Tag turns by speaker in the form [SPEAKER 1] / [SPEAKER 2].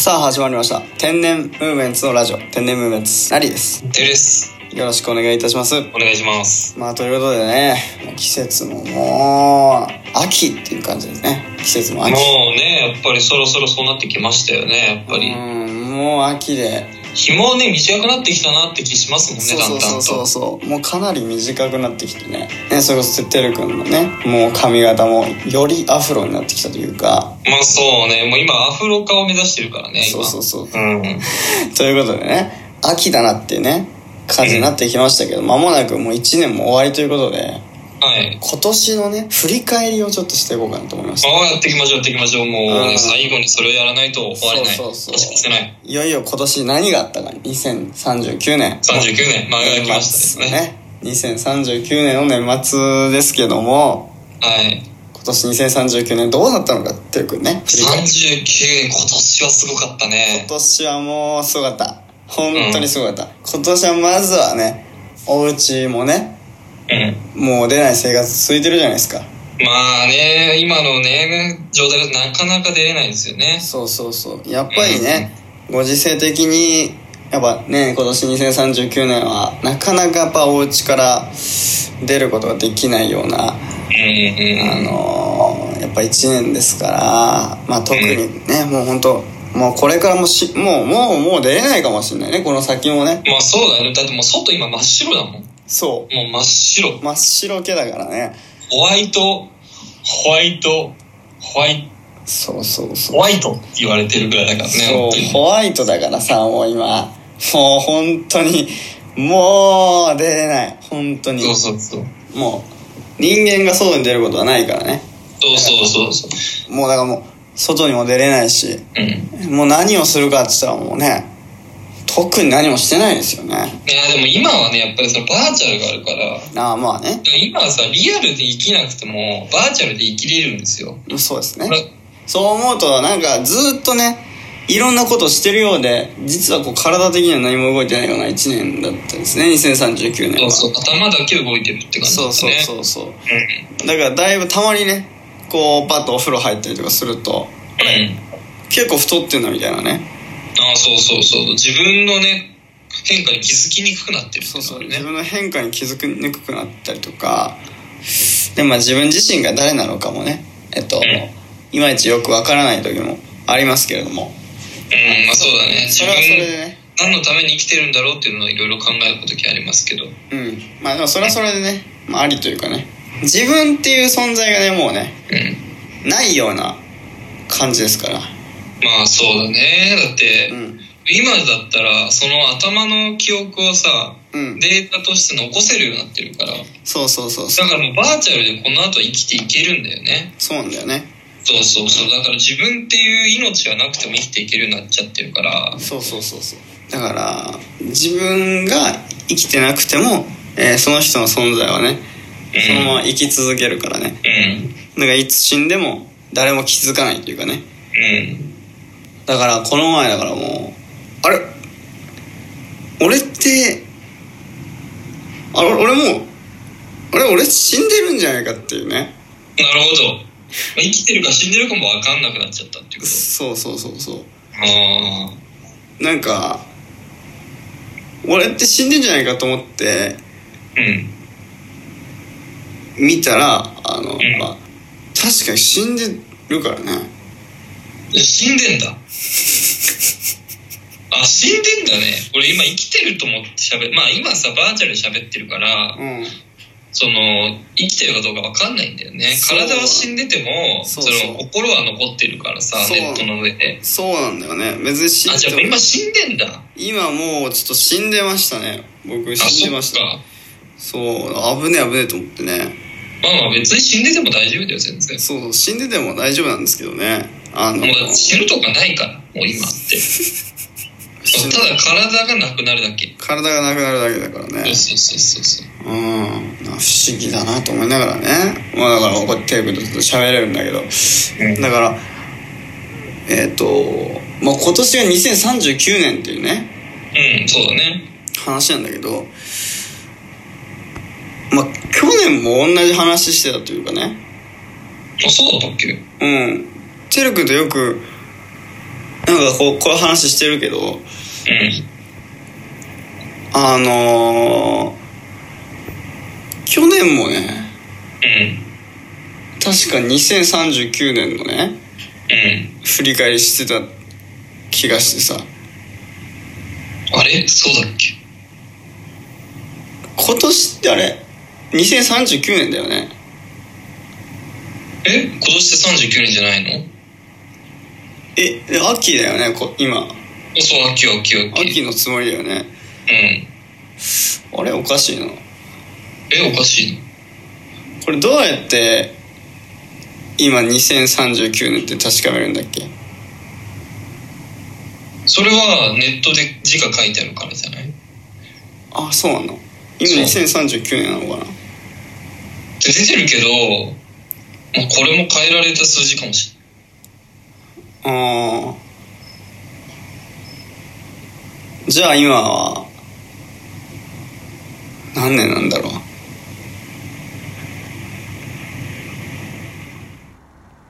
[SPEAKER 1] 始まりました天然ムーブメンツのラジオ天然ムーブメンツなりです
[SPEAKER 2] てるです。
[SPEAKER 1] よろしくお願いいたします
[SPEAKER 2] お願いします。
[SPEAKER 1] まあということでね季節ももう秋っていう感じですね季節も
[SPEAKER 2] もう
[SPEAKER 1] 秋
[SPEAKER 2] ね、やっぱりそろそろそうなってきましたよね、やっぱり。
[SPEAKER 1] うんもう秋で
[SPEAKER 2] 日もね、短くなってきたなって気しますもんね、
[SPEAKER 1] そう
[SPEAKER 2] だ
[SPEAKER 1] そ
[SPEAKER 2] ん
[SPEAKER 1] う
[SPEAKER 2] だ
[SPEAKER 1] そ
[SPEAKER 2] ん
[SPEAKER 1] うそう
[SPEAKER 2] と。
[SPEAKER 1] そうもうかなり短くなってきてねねそれこそてるくんのねもう髪型もよりアフロになってきたというか
[SPEAKER 2] まあそうね、もう今アフロ化を目指してるからね、
[SPEAKER 1] そ
[SPEAKER 2] 今。
[SPEAKER 1] うそうそう
[SPEAKER 2] うん。ね、
[SPEAKER 1] ということでね秋だなっていうね感じになってきましたけど間もなくもう1年も終わりということで
[SPEAKER 2] はい。
[SPEAKER 1] 今年のね振り返りをちょっとしていこうかなと思いました
[SPEAKER 2] ああ、やっていきましょう、やっていきましょう。もうね、
[SPEAKER 1] うん
[SPEAKER 2] 最後にそれをやらないと終われない。
[SPEAKER 1] そうそうそう
[SPEAKER 2] 確かにせない。
[SPEAKER 1] いよいよ今年何があったか2039年
[SPEAKER 2] 39年、漫画が来ましたですね。
[SPEAKER 1] 2039年の年末ですけども
[SPEAKER 2] はい。
[SPEAKER 1] 今年2039年どうだったのかっていうことね振り
[SPEAKER 2] 39
[SPEAKER 1] 返り
[SPEAKER 2] 年、今年はすごかったね
[SPEAKER 1] 今。年はもうすごかった本当にすごかった、今年はまずはねお家もね
[SPEAKER 2] うん。
[SPEAKER 1] もう出ない生活続いてるじゃないですか
[SPEAKER 2] まあね、今のね、状態がなかなか出れないですよね。
[SPEAKER 1] そうそうそうやっぱりね、ご時世的にやっぱね今年2039年はなかなかやっぱお家から出ることができないような、
[SPEAKER 2] うんうん。
[SPEAKER 1] あのーやっぱ1年ですからまあ特にね、もう本当もうこれからもしもうもうもう出れないかもしれないねこの先もね
[SPEAKER 2] まあそうだよね。だってもう外今真っ白だもん。もう
[SPEAKER 1] そ
[SPEAKER 2] 真っ白
[SPEAKER 1] う。真っ白けだからね
[SPEAKER 2] ホワイト、ホワイト、ホワイ
[SPEAKER 1] そうそう
[SPEAKER 2] ト、
[SPEAKER 1] そう
[SPEAKER 2] ホワイトって言われてるぐらいだからね。
[SPEAKER 1] そ
[SPEAKER 2] 本当
[SPEAKER 1] う
[SPEAKER 2] に
[SPEAKER 1] ホワイトだからさもう今もう本当にもう出れない本当に
[SPEAKER 2] そうそうそう。
[SPEAKER 1] もう人間が外に出ることはないからね
[SPEAKER 2] そうそうそうそう。
[SPEAKER 1] もうだからもう外にも出れないし
[SPEAKER 2] うん。い
[SPEAKER 1] もう何をするかって言ったらもうね特に何もしてないですよね
[SPEAKER 2] やでも今はね、やっぱりそのバーチャルがあるから、
[SPEAKER 1] ああまあね
[SPEAKER 2] 今はさ、リアルで生きなくても、バーチャルで生きれるんですよ。
[SPEAKER 1] そうです
[SPEAKER 2] これ
[SPEAKER 1] ねそう思うとなんかずっとねいろんなことしてるようで実はこう体的には何も動いてないような1年だったんですね2039年
[SPEAKER 2] そう
[SPEAKER 1] は
[SPEAKER 2] そう。頭だけ動いてるって感じ
[SPEAKER 1] そ
[SPEAKER 2] だっ
[SPEAKER 1] う
[SPEAKER 2] た
[SPEAKER 1] そう
[SPEAKER 2] ね。
[SPEAKER 1] そうそう
[SPEAKER 2] うん。
[SPEAKER 1] だからだいぶたまにねこうパッとお風呂入ったりとかすると
[SPEAKER 2] うん。
[SPEAKER 1] 結構太ってんなみたいなね
[SPEAKER 2] ああ、そうそうそう。自分のね、変化に気づきにくくなってるっ
[SPEAKER 1] そ
[SPEAKER 2] ていうの
[SPEAKER 1] そう
[SPEAKER 2] があるね。
[SPEAKER 1] 自分の変化に気づきにくくなったりとかでまあ自分自身が誰なのかもねえっと、
[SPEAKER 2] ん
[SPEAKER 1] いまいちよくわからない時もありますけれども
[SPEAKER 2] うん、まあそうだね。自
[SPEAKER 1] それ
[SPEAKER 2] 分
[SPEAKER 1] はそれでね
[SPEAKER 2] 何のために生きてるんだろうっていうのをいろいろ考える時ありますけど。うん。
[SPEAKER 1] うんまあでもそれはそれでね、まあ、ありというかね自分っていう存在がねもうねないような感じですから
[SPEAKER 2] まあそうだね。だって、
[SPEAKER 1] うん
[SPEAKER 2] 今だったら、その頭の記憶をさ、
[SPEAKER 1] うん
[SPEAKER 2] データとして残せるようになってるから。だ
[SPEAKER 1] そうそうそうそう
[SPEAKER 2] からもうバーチャルでこの後生きていけるんだよね。
[SPEAKER 1] そうなんだよね
[SPEAKER 2] そうそうそう。だから自分っていう命はなくても生きていけるようになっちゃってるから。
[SPEAKER 1] そうそうそうそうだから自分が生きてなくても、えーその人の存在はね
[SPEAKER 2] うん
[SPEAKER 1] そのまま生き続けるからね
[SPEAKER 2] うん。
[SPEAKER 1] だからいつ死んでも誰も気づかないというかね
[SPEAKER 2] うん。
[SPEAKER 1] だからこの前だからもうあれ俺ってあれ俺もうあれ俺死んでるんじゃないかっていうね
[SPEAKER 2] なるほど。まあ生きてるか死んでるかもわかんなくなっちゃったっていうこと。
[SPEAKER 1] そうそうそうそう
[SPEAKER 2] ああ。
[SPEAKER 1] なんか俺って死んでんじゃないかと思って
[SPEAKER 2] うん。
[SPEAKER 1] 見たらあの、
[SPEAKER 2] ん
[SPEAKER 1] まあ、確かに死んでるからね
[SPEAKER 2] 死んでんだあ死んでんだね俺今生きてると思って喋まあ今さバーチャルで喋ってるから
[SPEAKER 1] うん
[SPEAKER 2] その生きてるかどうか分かんないんだよね
[SPEAKER 1] そう
[SPEAKER 2] 体は死んでても
[SPEAKER 1] そ
[SPEAKER 2] そう
[SPEAKER 1] そう
[SPEAKER 2] の心は残ってるからさ
[SPEAKER 1] そう
[SPEAKER 2] ネットの上で
[SPEAKER 1] そうなんだよね別に死
[SPEAKER 2] あじゃあ
[SPEAKER 1] んでも
[SPEAKER 2] 今死んでんだあ
[SPEAKER 1] 今もうちょっと死んでましたね僕死ん
[SPEAKER 2] そ
[SPEAKER 1] で
[SPEAKER 2] っ
[SPEAKER 1] ました
[SPEAKER 2] か
[SPEAKER 1] そう危ねえ危ねえと思ってね
[SPEAKER 2] まあまあ別に死んでても大丈夫だよ全然
[SPEAKER 1] そう死んでても大丈夫なんですけどねあの
[SPEAKER 2] もうだって死ぬとかないからもう今ってそうただ体がなくなるだけ
[SPEAKER 1] 体がなくなるだけだから
[SPEAKER 2] そ
[SPEAKER 1] ね
[SPEAKER 2] うそうそうそうそう
[SPEAKER 1] うん不思議だなと思いながらねまあだからこうやってテープでちょっと喋れるんだけど
[SPEAKER 2] うん
[SPEAKER 1] だからえっ、とまあ今年が2039年っていうね
[SPEAKER 2] うんそうだね
[SPEAKER 1] 話なんだけどまあ去年も同じ話してたというかね
[SPEAKER 2] あそうだったっけ
[SPEAKER 1] うんてるくんとよくなんかこうこういう話してるけど
[SPEAKER 2] う
[SPEAKER 1] あのー、去年もね
[SPEAKER 2] ん。
[SPEAKER 1] 確か2039年のね
[SPEAKER 2] うん。
[SPEAKER 1] 振り返りしてた気がしてさ
[SPEAKER 2] あれそうだっけ
[SPEAKER 1] 今年ってあれ2039年だよね
[SPEAKER 2] え今年で39年じゃないの
[SPEAKER 1] え秋だよねこ今
[SPEAKER 2] そう、秋、秋、秋。
[SPEAKER 1] 秋のつもりだよね
[SPEAKER 2] うん。え、
[SPEAKER 1] あれおかしいな
[SPEAKER 2] おかしいの
[SPEAKER 1] これどうやって今2039年って確かめるんだっけ
[SPEAKER 2] それはネットで字が書いてあるからじゃない
[SPEAKER 1] あそうなの今2039年なのかな
[SPEAKER 2] で出てるけど、まあ、これも変えられた数字かもし
[SPEAKER 1] あーじゃあ今は何年なんだろう